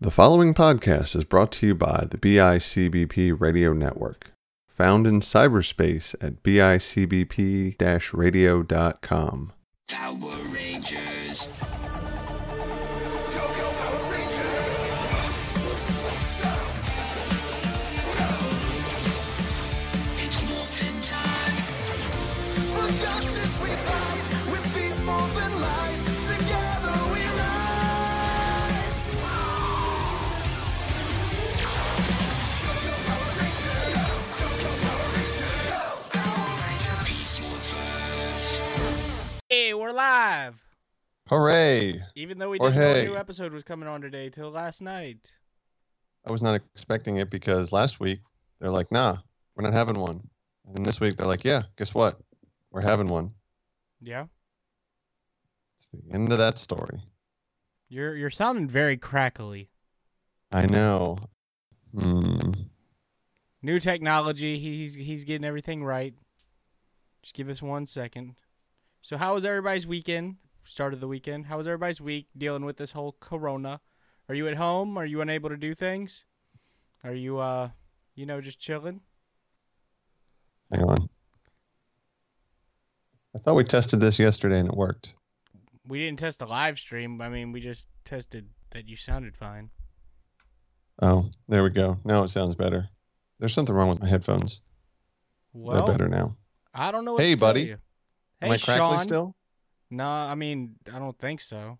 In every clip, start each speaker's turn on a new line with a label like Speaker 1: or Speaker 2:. Speaker 1: The following podcast is brought to you by the BICBP Radio Network, found in cyberspace at bicbp radio.com.
Speaker 2: Power Rangers.
Speaker 3: Go, go, Power Rangers!
Speaker 2: It's morphin' time.
Speaker 3: For justice we fight, with peace, more than light. Together we rise!
Speaker 2: Peace Morphers.
Speaker 4: Hey, we're live.
Speaker 1: Hooray!
Speaker 4: Even though we
Speaker 1: Or
Speaker 4: didn't know a
Speaker 1: hey.
Speaker 4: new episode was coming on today till last night.
Speaker 1: I was not expecting it because last week they're like, nah, we're not having one. And then this week they're like, yeah, guess what? We're having one.
Speaker 4: Yeah.
Speaker 1: It's the end of that story.
Speaker 4: You're you're sounding very crackly.
Speaker 1: I know. Hmm.
Speaker 4: New technology, he- he's he's getting everything right. Just give us one second. So how was everybody's weekend? Start of the weekend. How was everybody's week dealing with this whole corona? Are you at home? Are you unable to do things? Are you uh you know just chilling?
Speaker 1: Hang on. I thought we tested this yesterday and it worked.
Speaker 4: We didn't test the live stream. I mean, we just tested that you sounded fine.
Speaker 1: Oh, there we go. Now it sounds better. There's something wrong with my headphones.
Speaker 4: Well,
Speaker 1: They're better now.
Speaker 4: I don't know. What
Speaker 1: Hey,
Speaker 4: to tell
Speaker 1: buddy.
Speaker 4: you. Hey,
Speaker 1: Am I crackly
Speaker 4: Sean.
Speaker 1: still?
Speaker 4: No, I mean, I don't think so.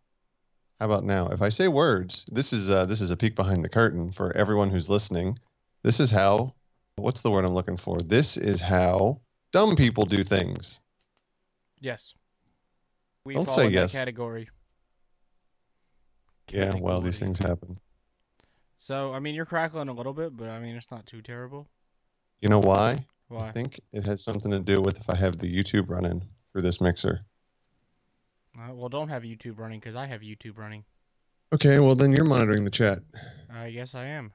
Speaker 1: How about now? If I say words, this is uh, this is a peek behind the curtain for everyone who's listening. This is how. What's the word I'm looking for? This is how dumb people do things.
Speaker 4: Yes. We
Speaker 1: Don't
Speaker 4: fall
Speaker 1: say
Speaker 4: in
Speaker 1: yes.
Speaker 4: That category.
Speaker 1: Yeah, well, these
Speaker 4: Category.
Speaker 1: things happen.
Speaker 4: So, I mean, you're crackling a little bit, but I mean, it's not too terrible.
Speaker 1: You know why? I
Speaker 4: Why?
Speaker 1: think it has something to do with if I have the YouTube running through this mixer.
Speaker 4: Uh, well, don't have YouTube running because I have YouTube running.
Speaker 1: Okay, well then you're monitoring the chat.
Speaker 4: I guess I am.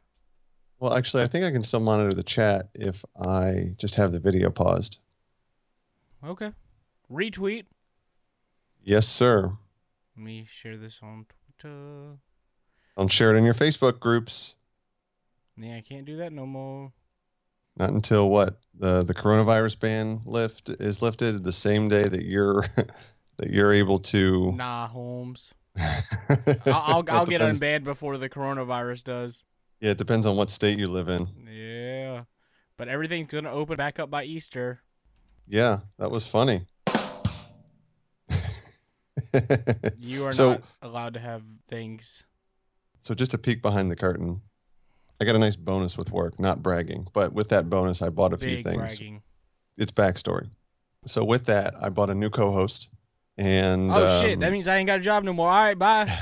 Speaker 1: Well, actually, I think I can still monitor the chat if I just have the video paused.
Speaker 4: Okay. Retweet.
Speaker 1: Yes, sir.
Speaker 4: Let me share this on Twitter.
Speaker 1: Don't share it in your Facebook groups.
Speaker 4: Yeah, I can't do that no more.
Speaker 1: Not until what the the coronavirus ban lift is lifted the same day that you're that you're able to.
Speaker 4: Nah, Holmes. I'll, I'll, I'll
Speaker 1: It
Speaker 4: get
Speaker 1: depends-
Speaker 4: unbanned before the coronavirus does.
Speaker 1: Yeah, it depends on what state you live in.
Speaker 4: Yeah. But everything's going to open back up by Easter.
Speaker 1: Yeah, that was funny.
Speaker 4: You are
Speaker 1: So-
Speaker 4: not allowed to have things.
Speaker 1: so just a peek behind the curtain. I got a nice bonus with work, not bragging, but with that bonus, I bought a few
Speaker 4: Big
Speaker 1: things.
Speaker 4: bragging.
Speaker 1: It's backstory. So with that, I bought a new co-host, and
Speaker 4: oh shit!
Speaker 1: um,
Speaker 4: That means I ain't got a job no more. All right, bye.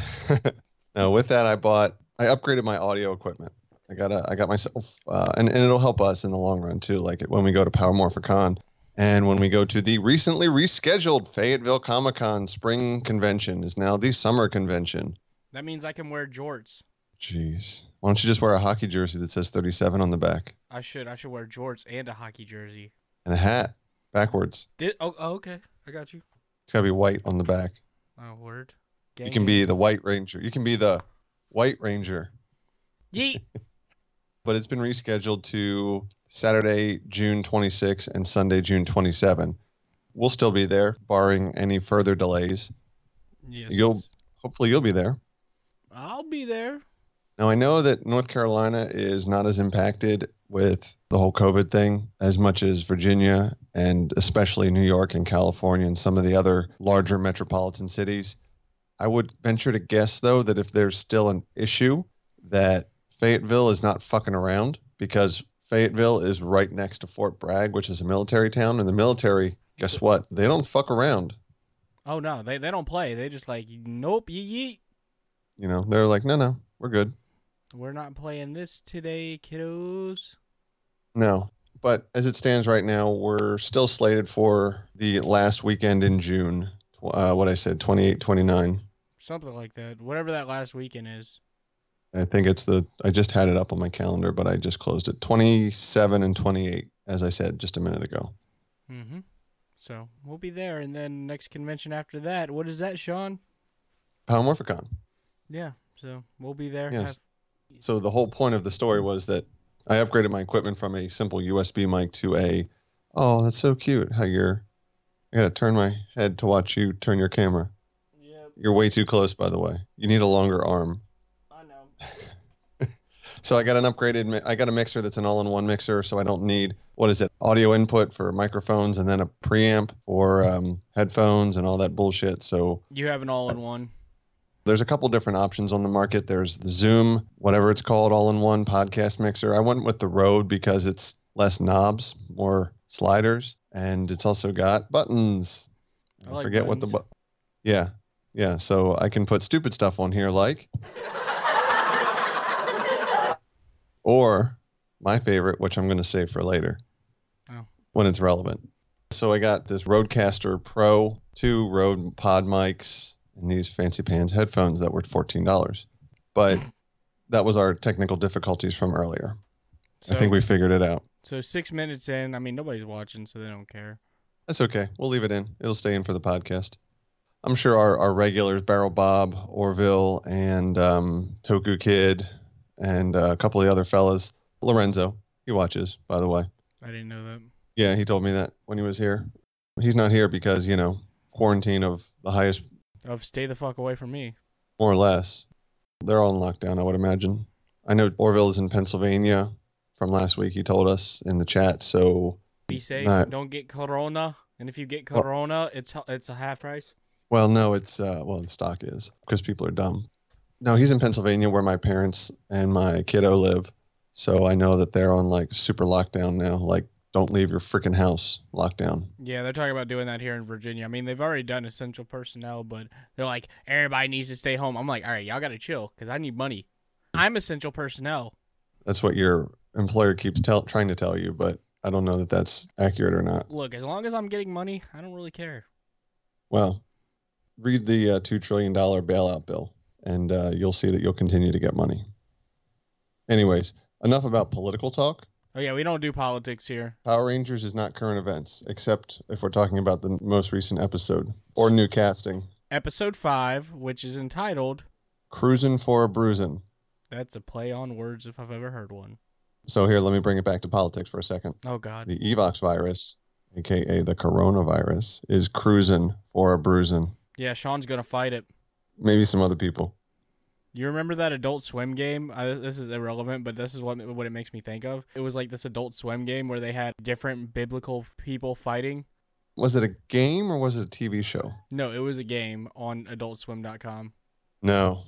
Speaker 1: no, with that, I bought, I upgraded my audio equipment. I got a, I got myself, uh, and, and it'll help us in the long run too. Like when we go to Power Morphicon and when we go to the recently rescheduled Fayetteville Comic Con spring convention is now the summer convention.
Speaker 4: That means I can wear jorts.
Speaker 1: Jeez. Why don't you just wear a hockey jersey that says 37 on the back
Speaker 4: I should. I should wear jorts and a hockey jersey.
Speaker 1: and a hat backwards?
Speaker 4: Did, oh, oh, okay. I got you.
Speaker 1: It's gotta be white on the back.
Speaker 4: Oh, word.
Speaker 1: You
Speaker 4: Gang
Speaker 1: can
Speaker 4: gang.
Speaker 1: be the White Ranger. You can be the White Ranger.
Speaker 4: Yeet.
Speaker 1: but it's been rescheduled to Saturday, June 26 and Sunday, June 27. We'll still be there, barring any further delays.
Speaker 4: Yes.
Speaker 1: You'll-
Speaker 4: yes.
Speaker 1: Hopefully, you'll be there.
Speaker 4: I'll be there.
Speaker 1: Now, I know that North Carolina is not as impacted with the whole COVID thing as much as Virginia and especially New York and California and some of the other larger metropolitan cities. I would venture to guess, though, that if there's still an issue, that Fayetteville is not fucking around because Fayetteville is right next to Fort Bragg, which is a military town. And the military, guess what? They don't fuck around.
Speaker 4: Oh no, they they don't play. They just like nope. Yeet. yeet.
Speaker 1: You know, they're like, no, no, we're good.
Speaker 4: We're not playing this today, kiddos.
Speaker 1: No. But as it stands right now, we're still slated for the last weekend in June. Tw- Uh, what I said, 28, 29.
Speaker 4: Something like that. Whatever that last weekend is.
Speaker 1: I think it's the, I just had it up on my calendar, but I just closed it. 27 and 28, as I said just a minute ago.
Speaker 4: Mm-hmm. So we'll be there, and then next convention after that. What is that, Sean?
Speaker 1: Palomorphicon.
Speaker 4: Yeah. So we'll be there.
Speaker 1: Yes.
Speaker 4: Have
Speaker 1: So the whole point of the story was that I upgraded my equipment from a simple USB mic to a, oh, that's so cute. How you're, I gotta turn my head to watch you turn your camera.
Speaker 4: Yep,
Speaker 1: You're way too close, by the way. You need a longer arm.
Speaker 4: I know.
Speaker 1: So I got an upgraded, mi- I got a mixer that's an all-in-one mixer, so I don't need what is it, audio input for microphones and then a preamp for um, headphones and all that bullshit. So
Speaker 4: You have an all-in-one.
Speaker 1: There's a couple different options on the market. There's the Zoom, whatever it's called, all in one podcast mixer. I went with the Rode because it's less knobs, more sliders, and it's also got buttons.
Speaker 4: I
Speaker 1: I,
Speaker 4: like
Speaker 1: forget what the
Speaker 4: buttons.
Speaker 1: bu- Yeah. Yeah, so I can put stupid stuff on here like or my favorite, which I'm going to save for later.
Speaker 4: Oh.
Speaker 1: When it's relevant. So I got this Rodecaster Pro, two Rode pod mics, and these fancy pants headphones that were $14. But that was our technical difficulties from earlier.
Speaker 4: So,
Speaker 1: I think we figured it out.
Speaker 4: so six minutes in. I mean, nobody's watching, so they don't care.
Speaker 1: That's okay. We'll leave it in. It'll stay in for the podcast. I'm sure our, our regulars, Barrel Bob, Orville, and um, Toku Kid, and uh, a couple of the other fellas. Lorenzo, he watches, by the way.
Speaker 4: I didn't know that.
Speaker 1: Yeah, he told me that when he was here. He's not here because, you know, quarantine of the highest,
Speaker 4: Oh, stay the fuck away from me.
Speaker 1: more or less. They're all in lockdown, I would imagine. I know Orville is in Pennsylvania from last week, he told us in the chat. So,
Speaker 4: Be safe.
Speaker 1: Nah.
Speaker 4: Don't get corona. And if you get
Speaker 1: Well-
Speaker 4: corona, it's it's a half price.
Speaker 1: well, no, it's, uh, well, the stock is because people are dumb. No, he's in Pennsylvania where my parents and my kiddo live. So I know that they're on like super lockdown now, like don't leave your freaking house lockdown.
Speaker 4: Yeah, they're talking about doing that here in Virginia. I mean, they've already done essential personnel, but they're like, everybody needs to stay home. I'm like, all right, y'all got to chill because I need money. I'm essential personnel.
Speaker 1: That's what your employer keeps tell- trying to tell you, but I don't know that that's accurate or not.
Speaker 4: Look, as long as I'm getting money, I don't really care.
Speaker 1: Well, read the uh, two trillion dollar bailout bill, and uh, you'll see that you'll continue to get money. Anyways, enough about political talk.
Speaker 4: Oh, yeah, we don't do politics here.
Speaker 1: Power Rangers is not current events, except if we're talking about the most recent episode or new casting.
Speaker 4: Episode 5, which is entitled,
Speaker 1: Cruisin' for a Bruisin'.
Speaker 4: That's a Play on Words if I've ever heard one.
Speaker 1: So here, let me bring it back to politics for a second.
Speaker 4: Oh, God.
Speaker 1: The Evox virus, aka the coronavirus, is cruisin' for a bruisin'.
Speaker 4: Yeah, Sean's going to fight it.
Speaker 1: Maybe some other people.
Speaker 4: You remember that Adult Swim game? I, this is irrelevant, but this is what what it makes me think of. It was like this Adult Swim game where they had different biblical people fighting.
Speaker 1: Was it a game or was it a TV show?
Speaker 4: No, it was a game on AdultSwim.com.
Speaker 1: No,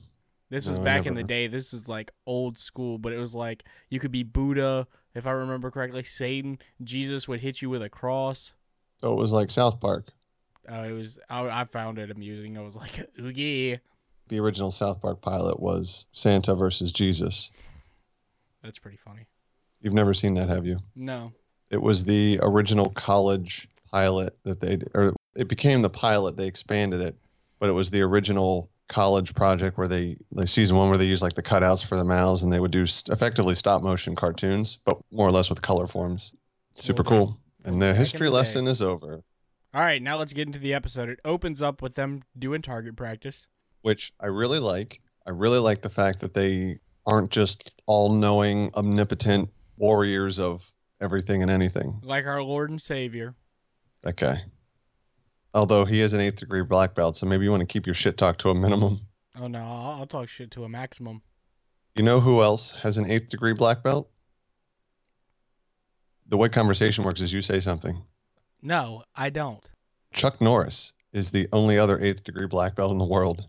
Speaker 4: This was
Speaker 1: No, I
Speaker 4: back in the
Speaker 1: never-
Speaker 4: day. This is like old school, but it was like you could be Buddha, if I remember correctly. Satan, Jesus would hit you with a cross.
Speaker 1: So it was like South Park,
Speaker 4: Uh, it was I, I found it amusing. I was like, oogie,
Speaker 1: the original South Park pilot was Santa versus Jesus.
Speaker 4: that's pretty funny.
Speaker 1: You've never seen that, have you?
Speaker 4: No,
Speaker 1: It was the original college pilot that they, or it became the pilot. They expanded it, but it was the original college project where they, like season one, where they used like the cutouts for the mouths, and they would do st- effectively stop motion cartoons, but more or less with color forms. Super
Speaker 4: Well,
Speaker 1: cool. And the
Speaker 4: back in
Speaker 1: history
Speaker 4: the day.
Speaker 1: lesson is over.
Speaker 4: All right, now let's get into the episode. It opens up with them doing target practice.
Speaker 1: which I really like. I really like the fact that they aren't just all knowing, omnipotent warriors of everything and anything.
Speaker 4: like our Lord and Savior.
Speaker 1: That guy. Although he is an eighth degree black belt, so maybe you want to keep your shit talk to a minimum.
Speaker 4: Oh no, I'll, I'll talk shit to a maximum.
Speaker 1: You know who else has an eighth degree black belt? The way conversation works is you say something.
Speaker 4: No, I don't.
Speaker 1: Chuck Norris is the only other eighth degree black belt in the world.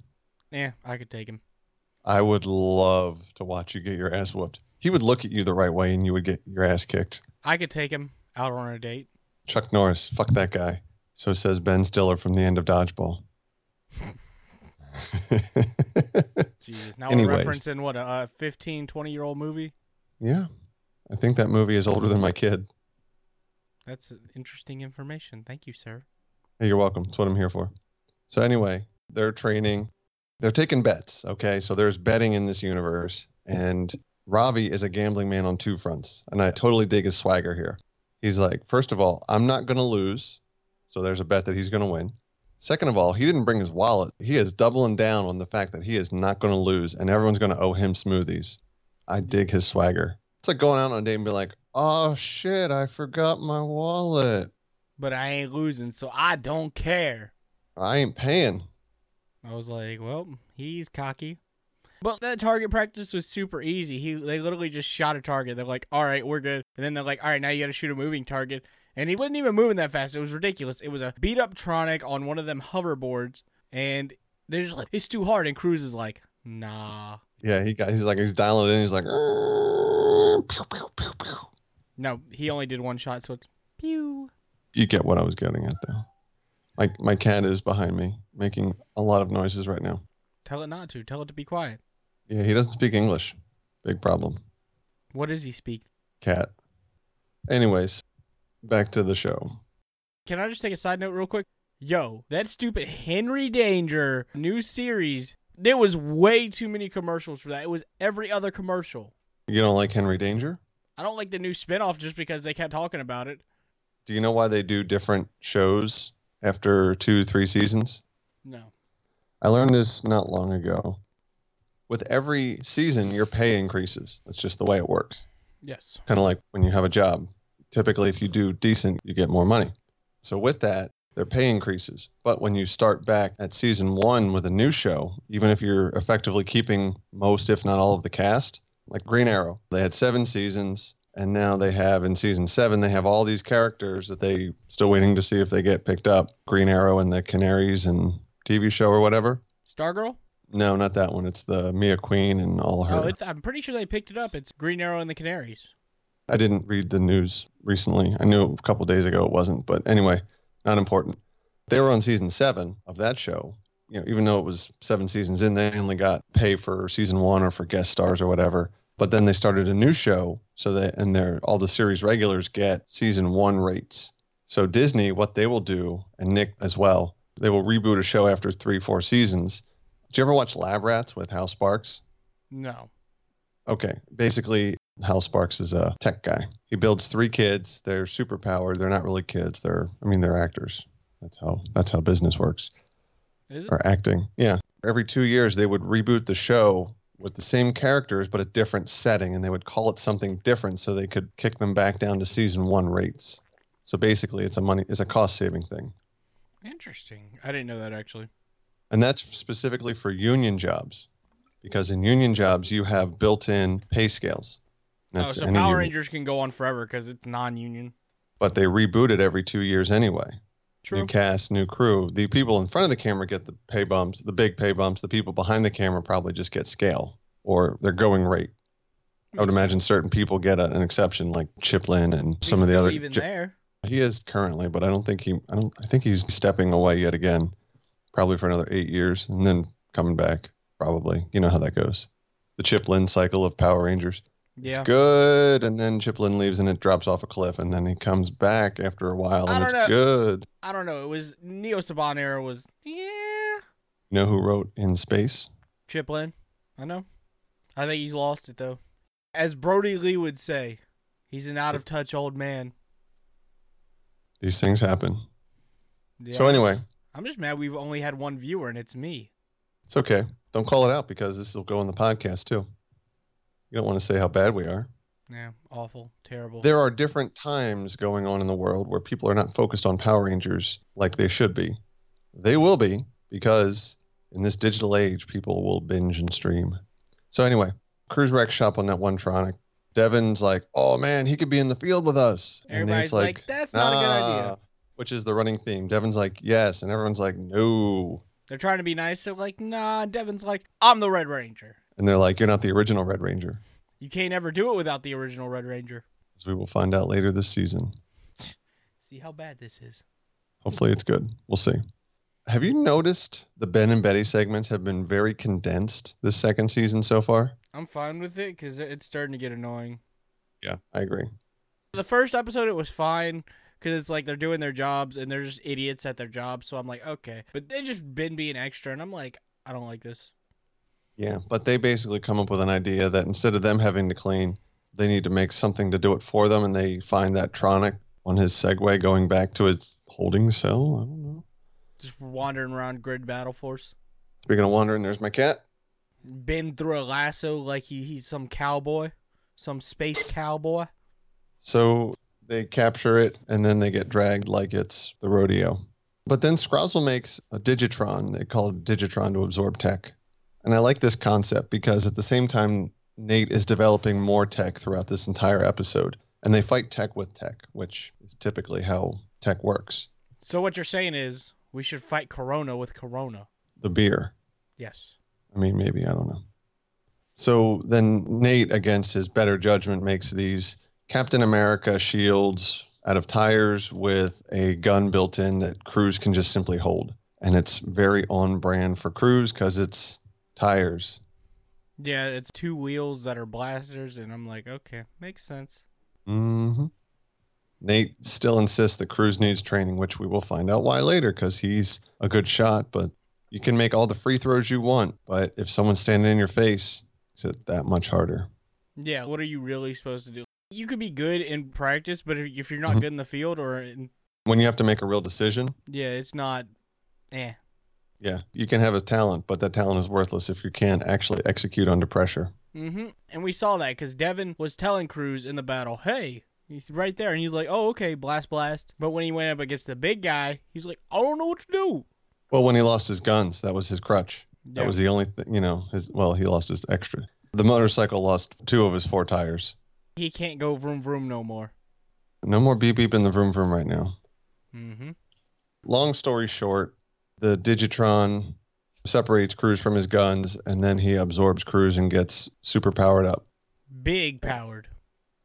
Speaker 4: Yeah, I could take him.
Speaker 1: I would love to watch you get your ass whooped. He would look at you the right way and you would get your ass kicked.
Speaker 4: I could take him out on a date.
Speaker 1: Chuck Norris, fuck that guy. So says Ben Stiller from the end of Dodgeball.
Speaker 4: Jesus, now we're
Speaker 1: Anyways.
Speaker 4: referencing what a, a 15, 20 year old movie.
Speaker 1: yeah, I think that movie is older than my kid.
Speaker 4: That's interesting information. Thank you, sir.
Speaker 1: Hey, you're welcome. That's what I'm here for. So anyway, they're training. They're taking bets. Okay, so there's betting in this universe, and Ravi is a gambling man on two fronts, and I totally dig his swagger here. He's like, first of all, I'm not gonna lose, so there's a bet that he's gonna win. Second of all, he didn't bring his wallet. He is doubling down on the fact that he is not gonna lose, and everyone's gonna owe him smoothies. I dig his swagger. It's like going out on a date and be like, "Oh shit, I forgot my wallet.
Speaker 4: But I ain't losing, so I don't care.
Speaker 1: I ain't paying."
Speaker 4: I was like, well, he's cocky. But that target practice was super easy. He they literally just shot a target. They're like, all right, we're good. And then they're like, all right, now you got to shoot a moving target. And he wasn't even moving that fast. It was ridiculous. It was a beat up Tronic on one of them hoverboards, and they're just like, it's too hard. And Cruz is like, nah,
Speaker 1: Yeah, he got. He's like, he's dialing it in. He's like, "Err, pew, pew, pew, pew."
Speaker 4: no. He only did one shot, so it's pew.
Speaker 1: you get what I was getting at though. My my cat is behind me making a lot of noises right now.
Speaker 4: Tell it not to. Tell it to be quiet.
Speaker 1: Yeah, he doesn't speak English. Big problem.
Speaker 4: What does he speak?
Speaker 1: Cat. Anyways, back to the show.
Speaker 4: Can I just take a side note real quick? Yo, that stupid Henry Danger new series. There was way too many commercials for that. It was every other commercial.
Speaker 1: You don't like Henry Danger?
Speaker 4: I don't like the new spinoff just because they kept talking about it.
Speaker 1: Do you know why they do different shows after two, three seasons?
Speaker 4: No.
Speaker 1: I learned this not long ago. With every season, your pay increases. That's just the way it works.
Speaker 4: Yes.
Speaker 1: kind of like when you have a job. Typically, if you do decent, you get more money. So, with that, their pay increases. But when you start back at season one with a new show, even if you're effectively keeping most, if not all, of the cast, like Green Arrow, they had seven seasons. And now they have in season seven, they have all these characters that they still waiting to see if they get picked up. Green Arrow and the Canaries and TV show or whatever.
Speaker 4: Stargirl?
Speaker 1: No, not that one. It's the Mia Queen and all her.
Speaker 4: Oh, it's, I'm pretty sure they picked it up. It's Green Arrow and the Canaries.
Speaker 1: I didn't read the news recently. I knew a couple days ago it wasn't, but anyway, not important. They were on season seven of that show. You know, even though it was seven seasons in, they only got pay for season one or for guest stars or whatever. But then they started a new show, so that and their all the series regulars get season one rates. So Disney, what they will do, and Nick as well, they will reboot a show after three, four seasons. Did you ever watch Lab Rats with Hal Sparks?
Speaker 4: No.
Speaker 1: Okay. Basically, Hal Sparks is a tech guy. He builds three kids. They're superpowered. They're not really kids. They're, I mean, they're actors. That's how that's how business works
Speaker 4: Is it?
Speaker 1: or acting. Yeah. Every two years, they would reboot the show with the same characters but a different setting, and they would call it something different so they could kick them back down to season one rates. So basically, it's a money, it's a cost saving thing,
Speaker 4: Interesting. I didn't know that actually.
Speaker 1: and that's specifically for union jobs, because in union jobs you have built in pay scales.
Speaker 4: oh, so
Speaker 1: any
Speaker 4: Power
Speaker 1: union-
Speaker 4: Rangers can go on forever because it's non union.
Speaker 1: but they reboot it every two years anyway. New
Speaker 4: True.
Speaker 1: cast, new crew. The people in front of the camera get the pay bumps, the big pay bumps. The people behind the camera probably just get scale or their going rate. I would imagine certain people get a, an exception, like Chiplin and some of the other.
Speaker 4: Even
Speaker 1: J-
Speaker 4: there.
Speaker 1: He is currently, but I don't think he. I don't. I think he's stepping away yet again, probably for another eight years, and then coming back. Probably, you know how that goes. The Chiplin cycle of Power Rangers
Speaker 4: Yeah.
Speaker 1: good and then chiplin leaves and it drops off a cliff and then he comes back after a while
Speaker 4: I
Speaker 1: and
Speaker 4: don't
Speaker 1: it's
Speaker 4: know.
Speaker 1: good
Speaker 4: I don't know. It was Neo Saban era was yeah.
Speaker 1: you know who wrote in space
Speaker 4: Chiplin. I know. I think he's lost it though. As Brody Lee would say, he's an out of touch old man.
Speaker 1: these things happen
Speaker 4: Yeah.
Speaker 1: so anyway
Speaker 4: I'm just mad we've only had one viewer and it's me.
Speaker 1: it's okay don't call it out because this will go in the podcast too you don't want to say how bad we are
Speaker 4: Yeah, awful, terrible.
Speaker 1: there are different times going on in the world where people are not focused on power rangers like they should be they will be because in this digital age people will binge and stream so anyway cruise wreck shop on that one tronic devin's like oh man he could be in the field with us and
Speaker 4: Everybody's
Speaker 1: nate's
Speaker 4: like,
Speaker 1: like,
Speaker 4: "That's not a good idea."
Speaker 1: "Nah," which is the running theme devin's like yes and everyone's like no
Speaker 4: They're trying to be nice. They're like, nah. Devin's like, I'm the Red Ranger.
Speaker 1: and they're like you're not the original red ranger
Speaker 4: You can't ever do it without the original Red Ranger.
Speaker 1: as we will find out later this season
Speaker 4: See how bad this is.
Speaker 1: Hopefully it's good. We'll see. Have you noticed the Ben and Betty segments have been very condensed this second season so far?
Speaker 4: I'm fine with it because it's starting to get annoying.
Speaker 1: Yeah, I agree.
Speaker 4: The first episode, it was fine because it's like they're doing their jobs and they're just idiots at their jobs. So I'm like, okay. But they just been being extra, and I'm like, I don't like this.
Speaker 1: Yeah, but they basically come up with an idea that instead of them having to clean, they need to make something to do it for them, and they find that Tronic on his Segway going back to his holding cell. I don't know.
Speaker 4: Just wandering around grid battle force.
Speaker 1: Speaking of wandering, there's my cat.
Speaker 4: been through a lasso like he, he's some cowboy, some space cowboy.
Speaker 1: So they capture it and then they get dragged like it's the rodeo. But then Scrousel makes a Digitron. They call it Digitron to absorb tech. And I like this concept because at the same time, Nate is developing more tech throughout this entire episode. And they fight tech with tech, which is typically how tech works.
Speaker 4: So what you're saying is we should fight Corona with Corona.
Speaker 1: The beer.
Speaker 4: Yes.
Speaker 1: I mean, maybe, I don't know. So then Nate, against his better judgment, makes these Captain America shields out of tires with a gun built in that crews can just simply hold. And it's very on brand for crews because it's tires.
Speaker 4: Yeah, it's two wheels that are blasters, and I'm like, okay, makes sense.
Speaker 1: hmm Nate still insists that Cruz needs training, which we will find out why later because he's a good shot, but you can make all the free throws you want. But if someone's standing in your face, it's that much harder.
Speaker 4: Yeah, what are you really supposed to do? You could be good in practice, but if if you're not
Speaker 1: Mhm.
Speaker 4: good in the field or in,
Speaker 1: When you have to make a real decision,
Speaker 4: yeah, it's not. Eh.
Speaker 1: Yeah, you can have a talent, but that talent is worthless if you can't actually execute under pressure.
Speaker 4: Mm-hmm. And we saw that because Devin was telling Cruz in the battle, "Hey, he's right there," and he's like, "Oh, okay, blast, blast." But when he went up against the big guy, he's like, "I don't know what to do."
Speaker 1: Well, when he lost his guns, that was his crutch.
Speaker 4: Yeah.
Speaker 1: That was the only thing, you know, his well, he lost his extra. The motorcycle lost two of his four tires.
Speaker 4: He can't go vroom vroom no more.
Speaker 1: No more beep beep in the vroom vroom right now.
Speaker 4: Mm-hmm.
Speaker 1: Long story short, the Digitron separates Cruz from his guns and then he absorbs Cruz and gets super powered up.
Speaker 4: Big powered.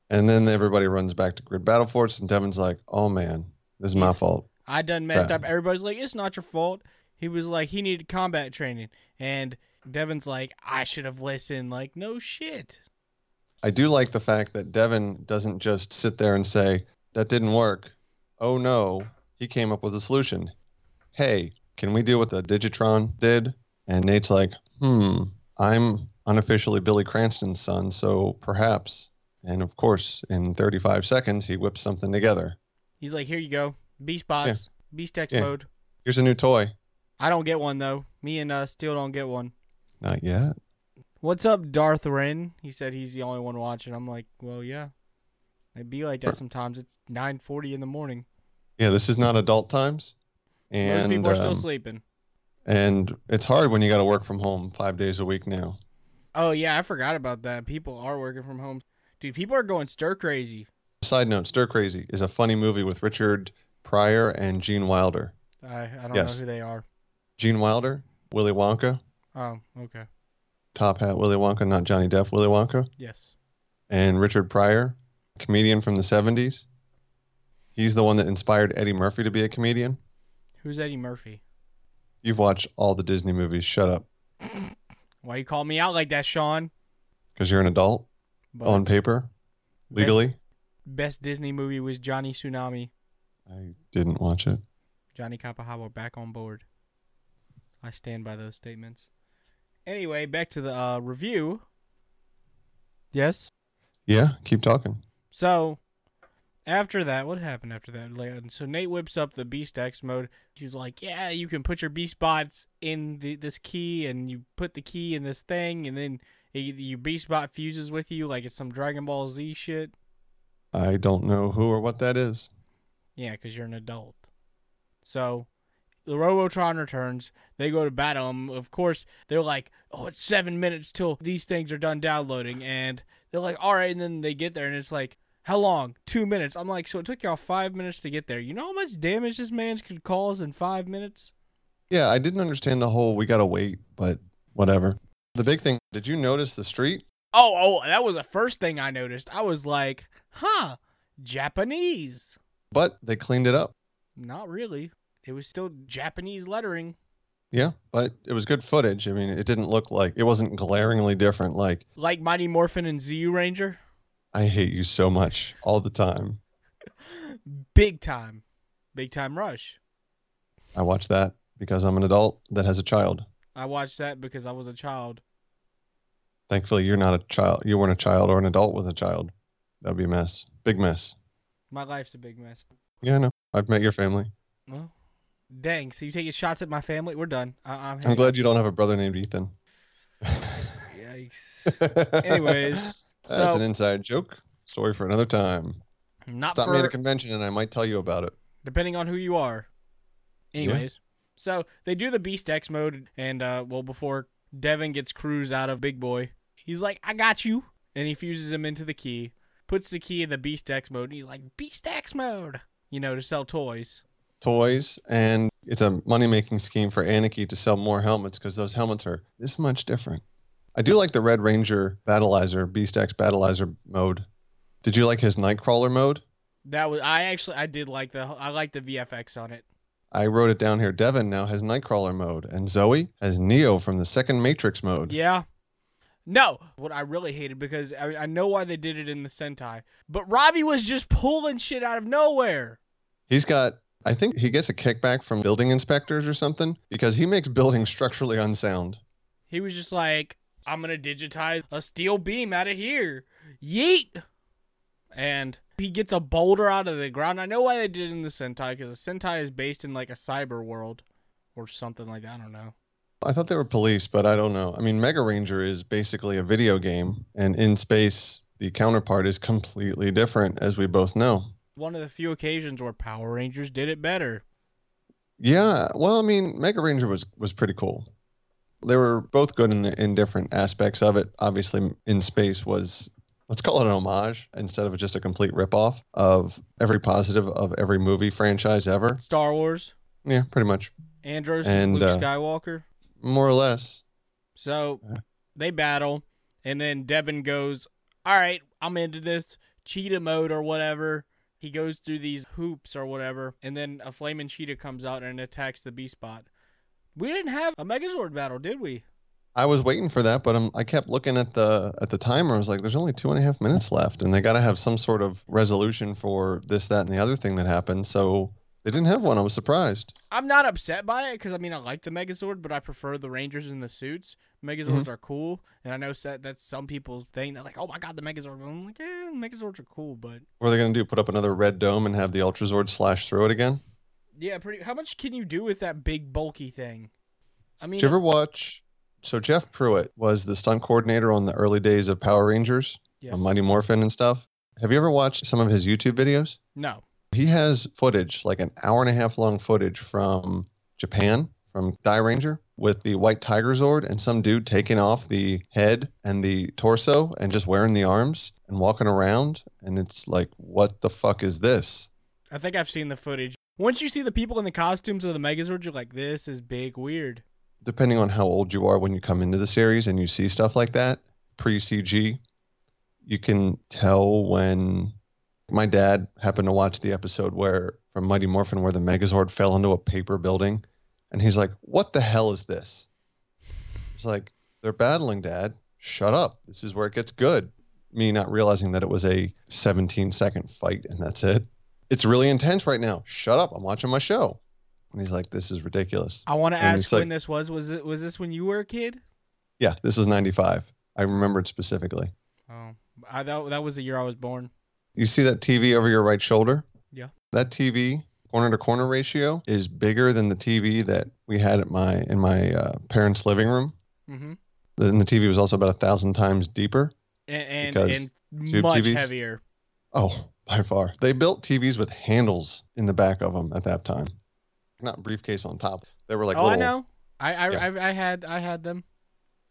Speaker 1: And then everybody runs back to Grid Battle Force and Devin's like, oh man, this is my
Speaker 4: He's-
Speaker 1: fault.
Speaker 4: I done messed
Speaker 1: So-
Speaker 4: up. Everybody's like, "It's not your fault." He was like, "He needed combat training," and Devin's like, "I should have listened." Like, no shit.
Speaker 1: I do like the fact that Devin doesn't just sit there and say, that didn't work. Oh no, he came up with a solution. Hey, can we do what the Digitron did? And Nate's like, hmm, I'm unofficially Billy Cranston's son, so perhaps. And of course, in 35 seconds, he whips something together.
Speaker 4: He's like, "Here you go, beast bots, beast text
Speaker 1: Yeah.
Speaker 4: mode."
Speaker 1: Here's a new toy.
Speaker 4: I don't get one though. Me and uh, still don't get one.
Speaker 1: Not yet.
Speaker 4: What's up, Darth Ren? He said he's the only one watching. I'm like, well, yeah. It'd be like that
Speaker 1: Sure.
Speaker 4: sometimes. It's 9:40 in the morning.
Speaker 1: Yeah, this is not adult times.
Speaker 4: Most
Speaker 1: And,
Speaker 4: people are still
Speaker 1: um,
Speaker 4: sleeping.
Speaker 1: and it's hard when you got to work from home five days a week now.
Speaker 4: Oh yeah, I forgot about that. People are working from home. Dude, people are going stir crazy.
Speaker 1: Side note: Stir Crazy is a funny movie with Richard Pryor and Gene Wilder.
Speaker 4: I I don't
Speaker 1: Yes.
Speaker 4: know who they are.
Speaker 1: Gene Wilder, Willy Wonka,
Speaker 4: Oh, okay.
Speaker 1: Top Hat Willy Wonka, not Johnny Depp Willy Wonka,
Speaker 4: Yes.
Speaker 1: and Richard Pryor, comedian from the '70s. He's the one that inspired Eddie Murphy to be a comedian.
Speaker 4: Who's Eddie Murphy?
Speaker 1: You've watched all the Disney movies. Shut up,
Speaker 4: Why you call me out like that, Sean?
Speaker 1: because you're an adult
Speaker 4: But
Speaker 1: on paper, legally.
Speaker 4: best Disney movie was Johnny Tsunami.
Speaker 1: I didn't watch it.
Speaker 4: Johnny Kapahawa back on board. I stand by those statements. Anyway, back to the uh, review. Yes.
Speaker 1: Yeah, keep talking.
Speaker 4: So, after that, what happened after that? Like, uh, So Nate whips up the Beast X mode. He's like, "Yeah, you can put your Beast bots in the, this key, and you put the key in this thing, and then y your Beast bot fuses with you, like it's some Dragon Ball Z shit."
Speaker 1: I don't know who or what that is.
Speaker 4: Yeah, because you're an adult. So the Robotron returns. They go to battle him. Of course, they're like, oh, it's seven minutes till these things are done downloading. And they're like, all right. And then they get there and it's like, how long? Two minutes. I'm like, so it took y'all five minutes to get there. You know how much damage this man's could cause in five minutes?
Speaker 1: Yeah, I didn't understand the whole we gotta wait, but whatever. The big thing, did you notice the street?
Speaker 4: Oh, oh, that was the first thing I noticed. I was like, huh, Japanese.
Speaker 1: But they cleaned it up.
Speaker 4: Not really. It was still Japanese lettering.
Speaker 1: Yeah, but it was good footage. I mean, it didn't look like it wasn't glaringly different. Like,
Speaker 4: Like Mighty Morphin and ZU Ranger.
Speaker 1: I hate you so much all the time.
Speaker 4: big time, big time rush.
Speaker 1: I watch that because I'm an adult that has a child.
Speaker 4: I watched that because I was a child.
Speaker 1: Thankfully, you're not a child. You weren't a child or an adult with a child. That would be a mess. Big mess.
Speaker 4: My life's a big mess.
Speaker 1: Yeah, I know. I've met your family.
Speaker 4: Well, dang. So you taking shots at my family? We're done. I- I'm,
Speaker 1: I'm
Speaker 4: hanging-
Speaker 1: glad you don't have a brother named Ethan.
Speaker 4: Yikes. Anyways,
Speaker 1: That's
Speaker 4: so-
Speaker 1: an inside joke. Story for another time.
Speaker 4: not
Speaker 1: Stop
Speaker 4: for
Speaker 1: me at a convention and I might tell you about it.
Speaker 4: depending on who you are. Anyways, so they do the Beast X mode, and uh, well, before Devin gets Cruz out of Big Boy, he's like, "I got you," and he fuses him into the key, puts the key in the Beast X mode, and he's like, "Beast X mode," you know, to sell toys.
Speaker 1: Toys, and it's a money making scheme for Anarchy to sell more helmets because those helmets are this much different. I do like the Red Ranger Battleizer, Beast X Battleizer mode. Did you like his Nightcrawler mode?
Speaker 4: That was I actually I did like the I like the VFX on it.
Speaker 1: I wrote it down here. Devin now has Nightcrawler mode, and Zoe has Neo from the second Matrix mode.
Speaker 4: Yeah. No, what I really hated because I, I know why they did it in the Sentai, but Ravi was just pulling shit out of nowhere.
Speaker 1: He's got, I think he gets a kickback from building inspectors or something because he makes buildings structurally unsound.
Speaker 4: He was just like, I'm going to digitize a steel beam out of here. Yeet. And he gets a boulder out of the ground. I know why they did it in the Sentai because the Sentai is based in like a cyber world or something like that. I don't know.
Speaker 1: I thought they were police, but I don't know. I mean, Mega Ranger is basically a video game, and in space, the counterpart is completely different, as we both know.
Speaker 4: One of the few occasions where Power Rangers did it better.
Speaker 1: Yeah, well, I mean, Mega Ranger was was pretty cool. They were both good in the, in different aspects of it. Obviously, in space was let's call it an homage instead of just a complete ripoff of every positive of every movie franchise ever.
Speaker 4: Star Wars,
Speaker 1: Yeah, pretty much,
Speaker 4: Andros
Speaker 1: And,
Speaker 4: is Luke
Speaker 1: uh,
Speaker 4: Skywalker.
Speaker 1: more or less.
Speaker 4: So
Speaker 1: Uh-huh.
Speaker 4: they battle, and then Devin goes, All right, I'm into this cheetah mode or whatever. He goes through these hoops or whatever, and then a flaming cheetah comes out and attacks the B spot. We didn't have a Megazord battle, did we?
Speaker 1: I was waiting for that, but i I kept looking at the at the timer. I was like, "There's only two and a half minutes left, and they got to have some sort of resolution for this, that, and the other thing that happened." So they didn't have one. I was surprised.
Speaker 4: I'm not upset by it because I mean I like the Megazord, but I prefer the Rangers in the suits. Megazords
Speaker 1: Mm-hmm.
Speaker 4: are cool, and I know that that's some people's thing. They're like, "Oh my god, the Megazord!" I'm like, "Yeah, Megazords are cool, but
Speaker 1: What are they going to do? Put up another red dome and have the Ultrazord slash through it again?
Speaker 4: yeah, pretty." How much can you do with that big bulky thing? I mean,
Speaker 1: Did you ever watch? So Jeff Pruitt was the stunt coordinator on the early days of Power Rangers,
Speaker 4: yes.
Speaker 1: on Mighty Morphin and stuff. Have you ever watched some of his YouTube videos?
Speaker 4: No,
Speaker 1: He has footage, like an hour and a half long footage from Japan, from Die Ranger, with the white tiger zord and some dude taking off the head and the torso and just wearing the arms and walking around. And it's like, what the fuck is this?
Speaker 4: I think I've seen the footage. Once you see the people in the costumes of the Megazord, you're like, this is big weird.
Speaker 1: Depending on how old you are when you come into the series and you see stuff like that, pre CG, you can tell when. My dad happened to watch the episode where from Mighty Morphin where the Megazord fell into a paper building, and he's like, "What the hell is this?" It's like they're battling, Dad. Shut up. This is where it gets good. Me not realizing that it was a 17 second fight and that's it. It's really intense right now. Shut up. I'm watching my show. And he's like, "This is ridiculous."
Speaker 4: I want to
Speaker 1: And
Speaker 4: ask
Speaker 1: it's like-
Speaker 4: when this was. Was it? Was this when you were a kid?
Speaker 1: Yeah, this was 95. I remembered specifically.
Speaker 4: Oh, I that, that was the year I was born.
Speaker 1: You see that TV over your right shoulder?
Speaker 4: Yeah.
Speaker 1: That TV corner to corner ratio is bigger than the TV that we had at my in my uh, parents' living room.
Speaker 4: Mm-hmm.
Speaker 1: And the TV was also about a thousand times deeper.
Speaker 4: And and,
Speaker 1: Because
Speaker 4: and
Speaker 1: tube
Speaker 4: much
Speaker 1: TVs?
Speaker 4: heavier.
Speaker 1: Oh, by far. They built TVs with handles in the back of them at that time, not briefcase on top. They were like,
Speaker 4: oh, I
Speaker 1: little-
Speaker 4: know. I I,
Speaker 1: Yeah.
Speaker 4: I I had I had them.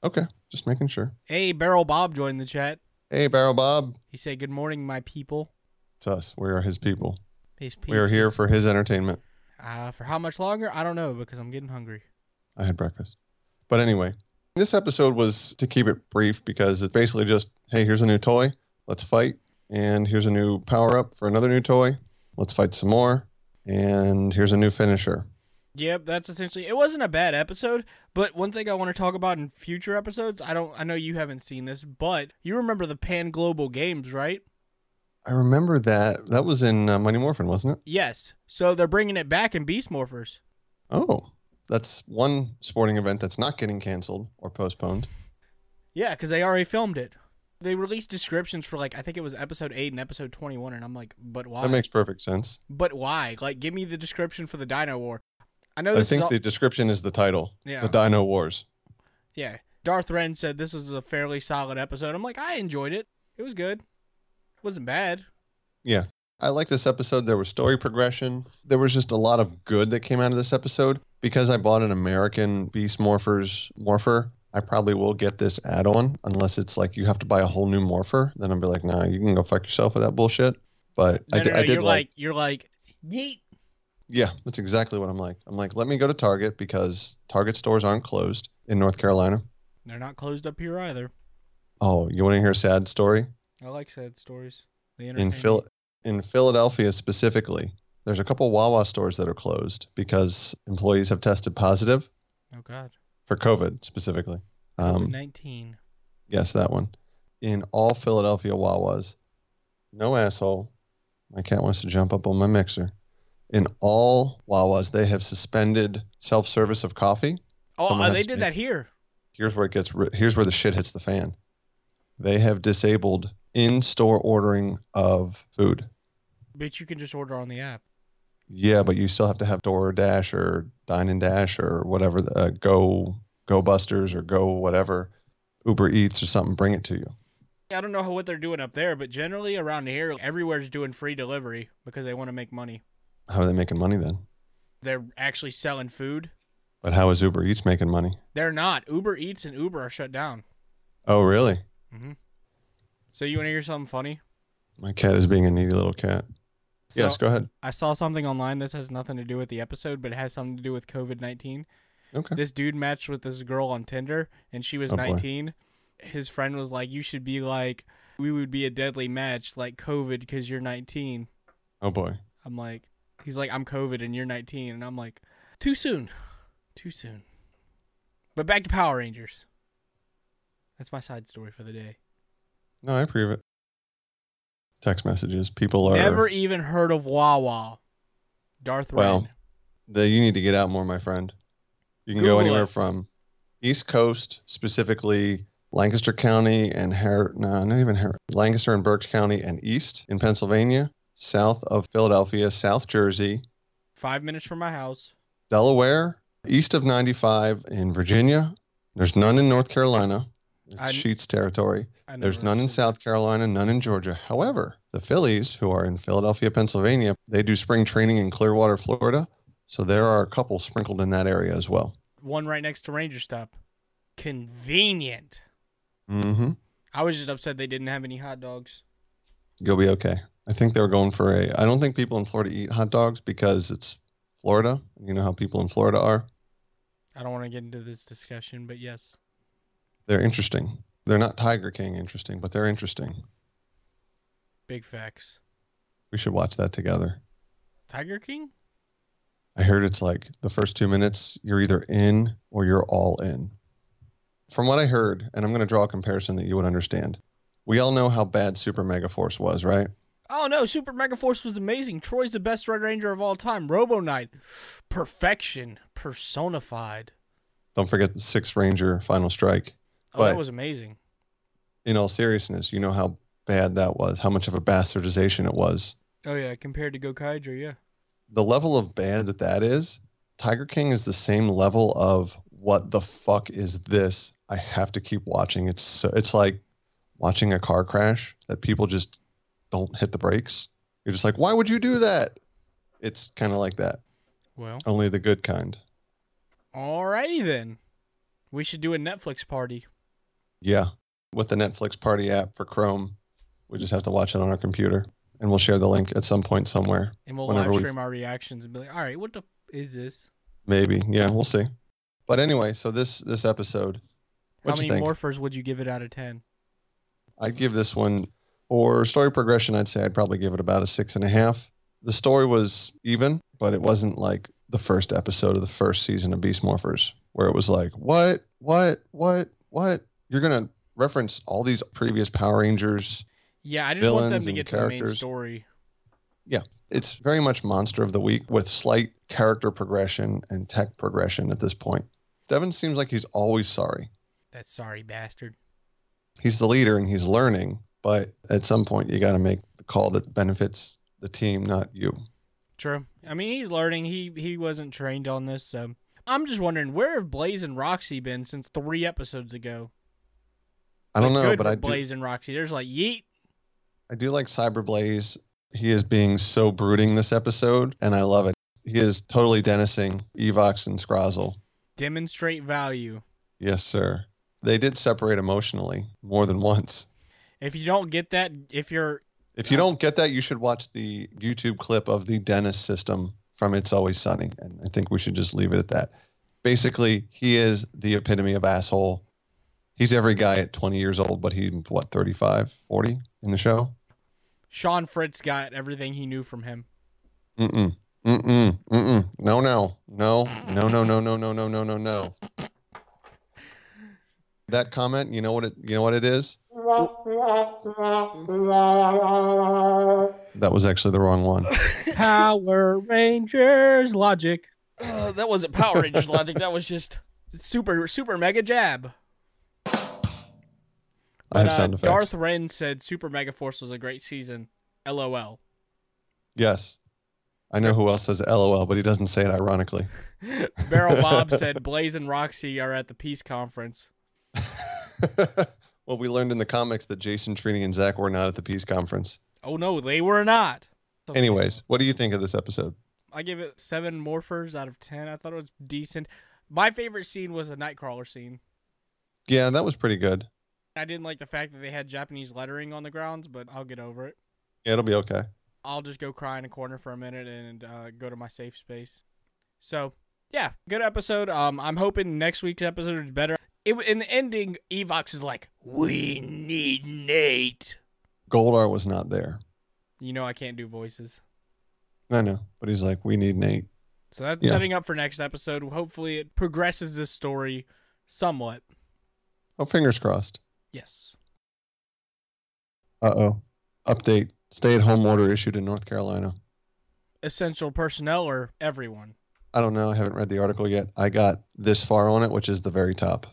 Speaker 1: Okay, just making sure.
Speaker 4: Hey, Barrel Bob joined the chat.
Speaker 1: Hey, Barrel Bob,
Speaker 4: He said, "Good morning, my people."
Speaker 1: it's us. We are his people.
Speaker 4: Peace,
Speaker 1: We are
Speaker 4: peeps.
Speaker 1: here for his entertainment.
Speaker 4: Uh, for how much longer? I don't know because I'm getting hungry.
Speaker 1: I had breakfast. But anyway, this episode was to keep it brief because it's basically just hey, here's a new toy, let's fight. And here's a new power up for another new toy, let's fight some more. And here's a new finisher.
Speaker 4: Yep, that's essentially. It wasn't a bad episode, but one thing I want to talk about in future episodes, I don't I know you haven't seen this, but you remember the Pan Global Games, right?
Speaker 1: I remember that. That was in uh, Mighty Morphin, wasn't it?
Speaker 4: Yes. So they're bringing it back in Beast Morphers.
Speaker 1: Oh, that's one sporting event that's not getting canceled or postponed.
Speaker 4: Yeah, cuz they already filmed it. They released descriptions for like I think it was episode 8 and episode 21 and I'm like, "But why?"
Speaker 1: That makes perfect sense.
Speaker 4: but why? Like give me the description for the Dino War. I know
Speaker 1: I
Speaker 4: this is
Speaker 1: think
Speaker 4: all-
Speaker 1: the description is the title
Speaker 4: Yeah.
Speaker 1: The Dino Wars.
Speaker 4: Yeah. Darth Ren said this was a fairly solid episode. I'm like, I enjoyed it. It was good. wasn't bad.
Speaker 1: Yeah. I like this episode. There was story progression. There was just a lot of good that came out of this episode. Because I bought an American Beast Morphers Morpher, I probably will get this add on, unless it's like you have to buy a whole new Morpher. Then I'll be like, nah, you can go fuck yourself with that bullshit. But I
Speaker 4: No,
Speaker 1: di-
Speaker 4: no, no,
Speaker 1: I did
Speaker 4: you're
Speaker 1: like,
Speaker 4: like, you're like, yeet.
Speaker 1: yeah, that's exactly what I'm like. I'm like, let me go to Target because Target stores aren't closed in North Carolina.
Speaker 4: They're not closed up here either.
Speaker 1: Oh, you want to hear a sad story?
Speaker 4: I like sad stories. They entertain
Speaker 1: in
Speaker 4: me.
Speaker 1: Phil in Philadelphia specifically, there's a couple Wawa stores that are closed because employees have tested positive
Speaker 4: Oh God.
Speaker 1: for COVID specifically. Um,
Speaker 4: Nineteen.
Speaker 1: yes, that one. In all Philadelphia Wawas, no asshole. My cat wants to jump up on my mixer. In all Wawas, they have suspended self-service of coffee.
Speaker 4: Oh,
Speaker 1: someone
Speaker 4: uh, they
Speaker 1: has-
Speaker 4: did that here.
Speaker 1: Here's where it gets. Re- here's where the shit hits the fan. They have disabled in-store ordering of food.
Speaker 4: But you can just order on the app.
Speaker 1: Yeah, but you still have to have DoorDash or Dine and Dash or whatever, the- uh, Go Go Busters or Go whatever, Uber Eats or something bring it to you.
Speaker 4: I don't know how, what they're doing up there, but generally around here, everywhere's doing free delivery because they want to make money.
Speaker 1: How are they making money then?
Speaker 4: They're actually selling food.
Speaker 1: But how is Uber Eats making money?
Speaker 4: They're not. Uber Eats and Uber are shut down. Mm-hmm.
Speaker 1: Oh, really?
Speaker 4: So you want to hear something funny?
Speaker 1: My cat is being a needy little cat.
Speaker 4: So
Speaker 1: yes, go ahead.
Speaker 4: I saw something online. This has nothing to do with the episode, but it has something to do with COVID nineteen.
Speaker 1: Okay.
Speaker 4: This dude matched with this girl on Tinder, and she was
Speaker 1: Oh, boy.
Speaker 4: nineteen. His friend was like, "You should be like, we would be a deadly match, like COVID, because you're 19."
Speaker 1: Oh boy.
Speaker 4: I'm like, he's like, I'm COVID and you're 19, and I'm like, too soon, too soon. But back to Power Rangers. That's my side story for the day.
Speaker 1: No, I approve it. Text messages. People are.
Speaker 4: Never even heard of Wawa. Darth
Speaker 1: Well,
Speaker 4: Ren.
Speaker 1: The, you need to get out more, my friend. You can
Speaker 4: Google
Speaker 1: go anywhere
Speaker 4: it.
Speaker 1: from East Coast, specifically Lancaster County and Har- no, not even Har- Lancaster and Berks County and east in Pennsylvania, south of Philadelphia, South Jersey,
Speaker 4: Five minutes from my house.
Speaker 1: Delaware, east of 95 in Virginia. There's none in North Carolina. It's
Speaker 4: I-
Speaker 1: Sheets territory.
Speaker 4: I
Speaker 1: There's
Speaker 4: never
Speaker 1: none in
Speaker 4: understood
Speaker 1: South Carolina, none in Georgia. However, the Phillies, who are in Philadelphia, Pennsylvania, they do spring training in Clearwater, Florida. So there are a couple sprinkled in that area as well.
Speaker 4: that. One right next to Ranger Stop. Convenient.
Speaker 1: Mm-hmm.
Speaker 4: I was just upset they didn't have any hot dogs.
Speaker 1: You'll be okay. I think they're going for a. I don't think people in Florida eat hot dogs because it's Florida. You know how people in Florida are.
Speaker 4: I don't want to get into this discussion, but yes.
Speaker 1: They're interesting. They're not Tiger King interesting, but they're interesting.
Speaker 4: Big facts.
Speaker 1: We should watch that together.
Speaker 4: Tiger King?
Speaker 1: I heard it's like the first two minutes, you're either in or you're all in. From what I heard, and I'm going to draw a comparison that you would understand. We all know how bad Super Mega Force was, right?
Speaker 4: Oh no, Super Mega Force was amazing. Troy's the best Red Ranger of all time. Robo Knight. Perfection. Personified.
Speaker 1: Don't forget the Sixth Ranger Final Strike.
Speaker 4: Oh,
Speaker 1: But-
Speaker 4: that was amazing.
Speaker 1: In all seriousness, you know how bad that was, how much of a bastardization it was.
Speaker 4: Oh yeah, compared to Gokaiger, yeah.
Speaker 1: The level of bad that that is, Tiger King is the same level of what the fuck is this? I have to keep watching. It's so, it's like watching a car crash that people just don't hit the brakes. You're just like, why would you do that? It's kind of like that,
Speaker 4: Well,
Speaker 1: only the good kind.
Speaker 4: alrighty then. We should do a Netflix party.
Speaker 1: Yeah, with the Netflix Party app for Chrome, we just have to watch it on our computer, and we'll share the link at some point somewhere.
Speaker 4: And we'll
Speaker 1: Whenever
Speaker 4: live
Speaker 1: we-
Speaker 4: stream our reactions and be like, all right, what the f- is this?
Speaker 1: Maybe, yeah, we'll see. But anyway, so this this episode,
Speaker 4: How
Speaker 1: What'd you
Speaker 4: many
Speaker 1: think?
Speaker 4: morphers would you give it out of ten?
Speaker 1: I'd give this one for story progression. I'd say I'd probably give it about a six and a half. The story was even, but it wasn't like the first episode of the first season of Beast Morphers, where it was like, what, what, what, what? You're gonna reference all these previous Power Rangers.
Speaker 4: Yeah, I just want them
Speaker 1: Villains
Speaker 4: to
Speaker 1: and
Speaker 4: get to the main
Speaker 1: characters.
Speaker 4: story.
Speaker 1: It's very much Monster of the Week with slight character progression and tech progression at this point. Devin seems like he's always sorry.
Speaker 4: That sorry bastard.
Speaker 1: He's the leader and he's learning, but at some point you got to make the call that benefits the team, not you.
Speaker 4: True. I mean, he's learning. He he wasn't trained on this, so. I'm just wondering where have Blaze and Roxy been since three episodes ago?
Speaker 1: I don't
Speaker 4: Like,
Speaker 1: know,
Speaker 4: good
Speaker 1: but
Speaker 4: for
Speaker 1: I do,
Speaker 4: Blaze and Roxy. There's like yeet.
Speaker 1: I do like Cyber Blaze. He is being so brooding this episode, and I love it. He is totally dennising Evox and Scrozzle.
Speaker 4: Demonstrate value.
Speaker 1: Yes, sir. They did separate emotionally more than once.
Speaker 4: If you don't get that, if you're
Speaker 1: If you don't get that, you should watch the YouTube clip of the Dennis system from It's Always Sunny. And I think we should just leave it at that. Basically, he is the epitome of asshole. He's every guy at 20 years old, but he's what, 35, 40 in the show?
Speaker 4: Sean Fritz, got everything he knew from him.
Speaker 1: Mm-mm. Mm-mm. Mm-mm. No, no. No. No, no, no, no, no, no, no, no, no. That comment, you know what it you know what it is? That was actually the wrong one.
Speaker 5: Power Rangers logic.
Speaker 4: Uh, that wasn't Power Rangers logic. That was just super, super mega jab.
Speaker 1: I have
Speaker 4: But, uh,
Speaker 1: sound effects.
Speaker 4: Darth Wren said Super Mega Force was a great season. LOL.
Speaker 1: Yes. I know who else says LOL, but he doesn't say it ironically.
Speaker 4: Barrel Bob said Blaze and Roxy are at the peace conference.
Speaker 1: well, we learned in the comics that Jason, Trini, and Zach were not at the peace conference.
Speaker 4: Oh no, they were not. Okay.
Speaker 1: Anyways, what do you think of this episode?
Speaker 4: I give it seven morphers out of ten. I thought it was decent. My favorite scene was a Nightcrawler scene.
Speaker 1: Yeah, that was pretty good.
Speaker 4: I didn't like the fact that they had Japanese lettering on the grounds, but I'll get over it.
Speaker 1: Yeah, it'll be okay.
Speaker 4: I'll just go cry in a corner for a minute and uh, go to my safe space. So yeah, good episode. Um, I'm hoping next week's episode is better. It, in the ending, Evox is like, "We need Nate."
Speaker 1: Goldar was not there.
Speaker 4: You know I can't do voices,
Speaker 1: I know, but he's like, we need Nate.
Speaker 4: so that's
Speaker 1: Yeah.
Speaker 4: setting up for next episode. Hopefully, it progresses this story somewhat.
Speaker 1: Oh, fingers crossed.
Speaker 4: Yes.
Speaker 1: Uh oh. Update Stay at home order issued in North Carolina.
Speaker 4: Essential personnel or everyone.
Speaker 1: I don't know. I haven't read the article yet. I got this far on it, which is the very top.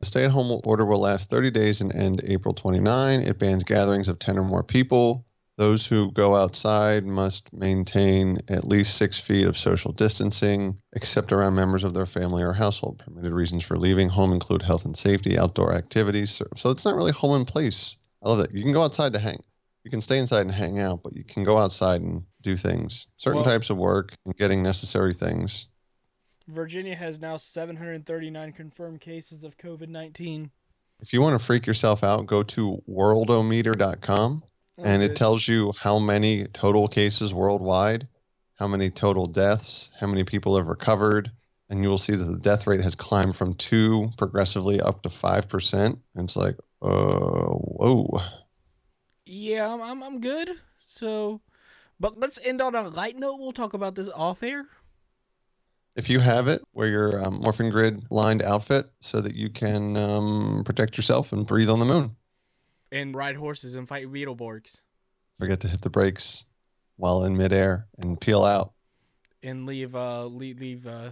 Speaker 1: The stay at home order will last 30 days and end April 29. It bans gatherings of 10 or more people. Those who go outside must maintain at least six feet of social distancing, except around members of their family or household. Permitted reasons for leaving home include health and safety, outdoor activities. So- So it's not really home and place. I love that. You can go outside to hang. You can stay inside and hang out, but you can go outside and do things, certain
Speaker 4: Well-
Speaker 1: types of work and getting necessary things.
Speaker 4: Virginia has now 739 confirmed cases of COVID 19.
Speaker 1: If you want to freak yourself out, go to worldometer.com and
Speaker 4: Mm-hmm.
Speaker 1: it tells you how many total cases worldwide, how many total deaths, how many people have recovered, and you will see that the death rate has climbed from two progressively up to five percent. And it's like, uh, whoa.
Speaker 4: Yeah, I'm, I'm, I'm good. So, but let's end on a light note. We'll talk about this off air.
Speaker 1: If you have it, wear your um, Morphin Grid lined outfit so that you can um, protect yourself and breathe on the moon.
Speaker 4: And ride horses and fight Beetleborgs
Speaker 1: Forget to hit the brakes while in midair and peel out.
Speaker 4: and leave, uh, leave, leave, uh,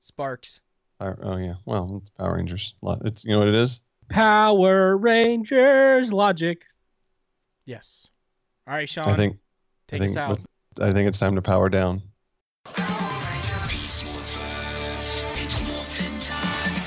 Speaker 4: sparks.
Speaker 1: Power, oh yeah, well, it's Power Rangers. Lo- It's you know what it is.
Speaker 5: Power Rangers logic.
Speaker 4: Yes. All right,
Speaker 1: I
Speaker 4: Sean,
Speaker 1: think.
Speaker 4: take
Speaker 1: I think
Speaker 4: us out.
Speaker 1: with- I think it's time to power down.
Speaker 2: Power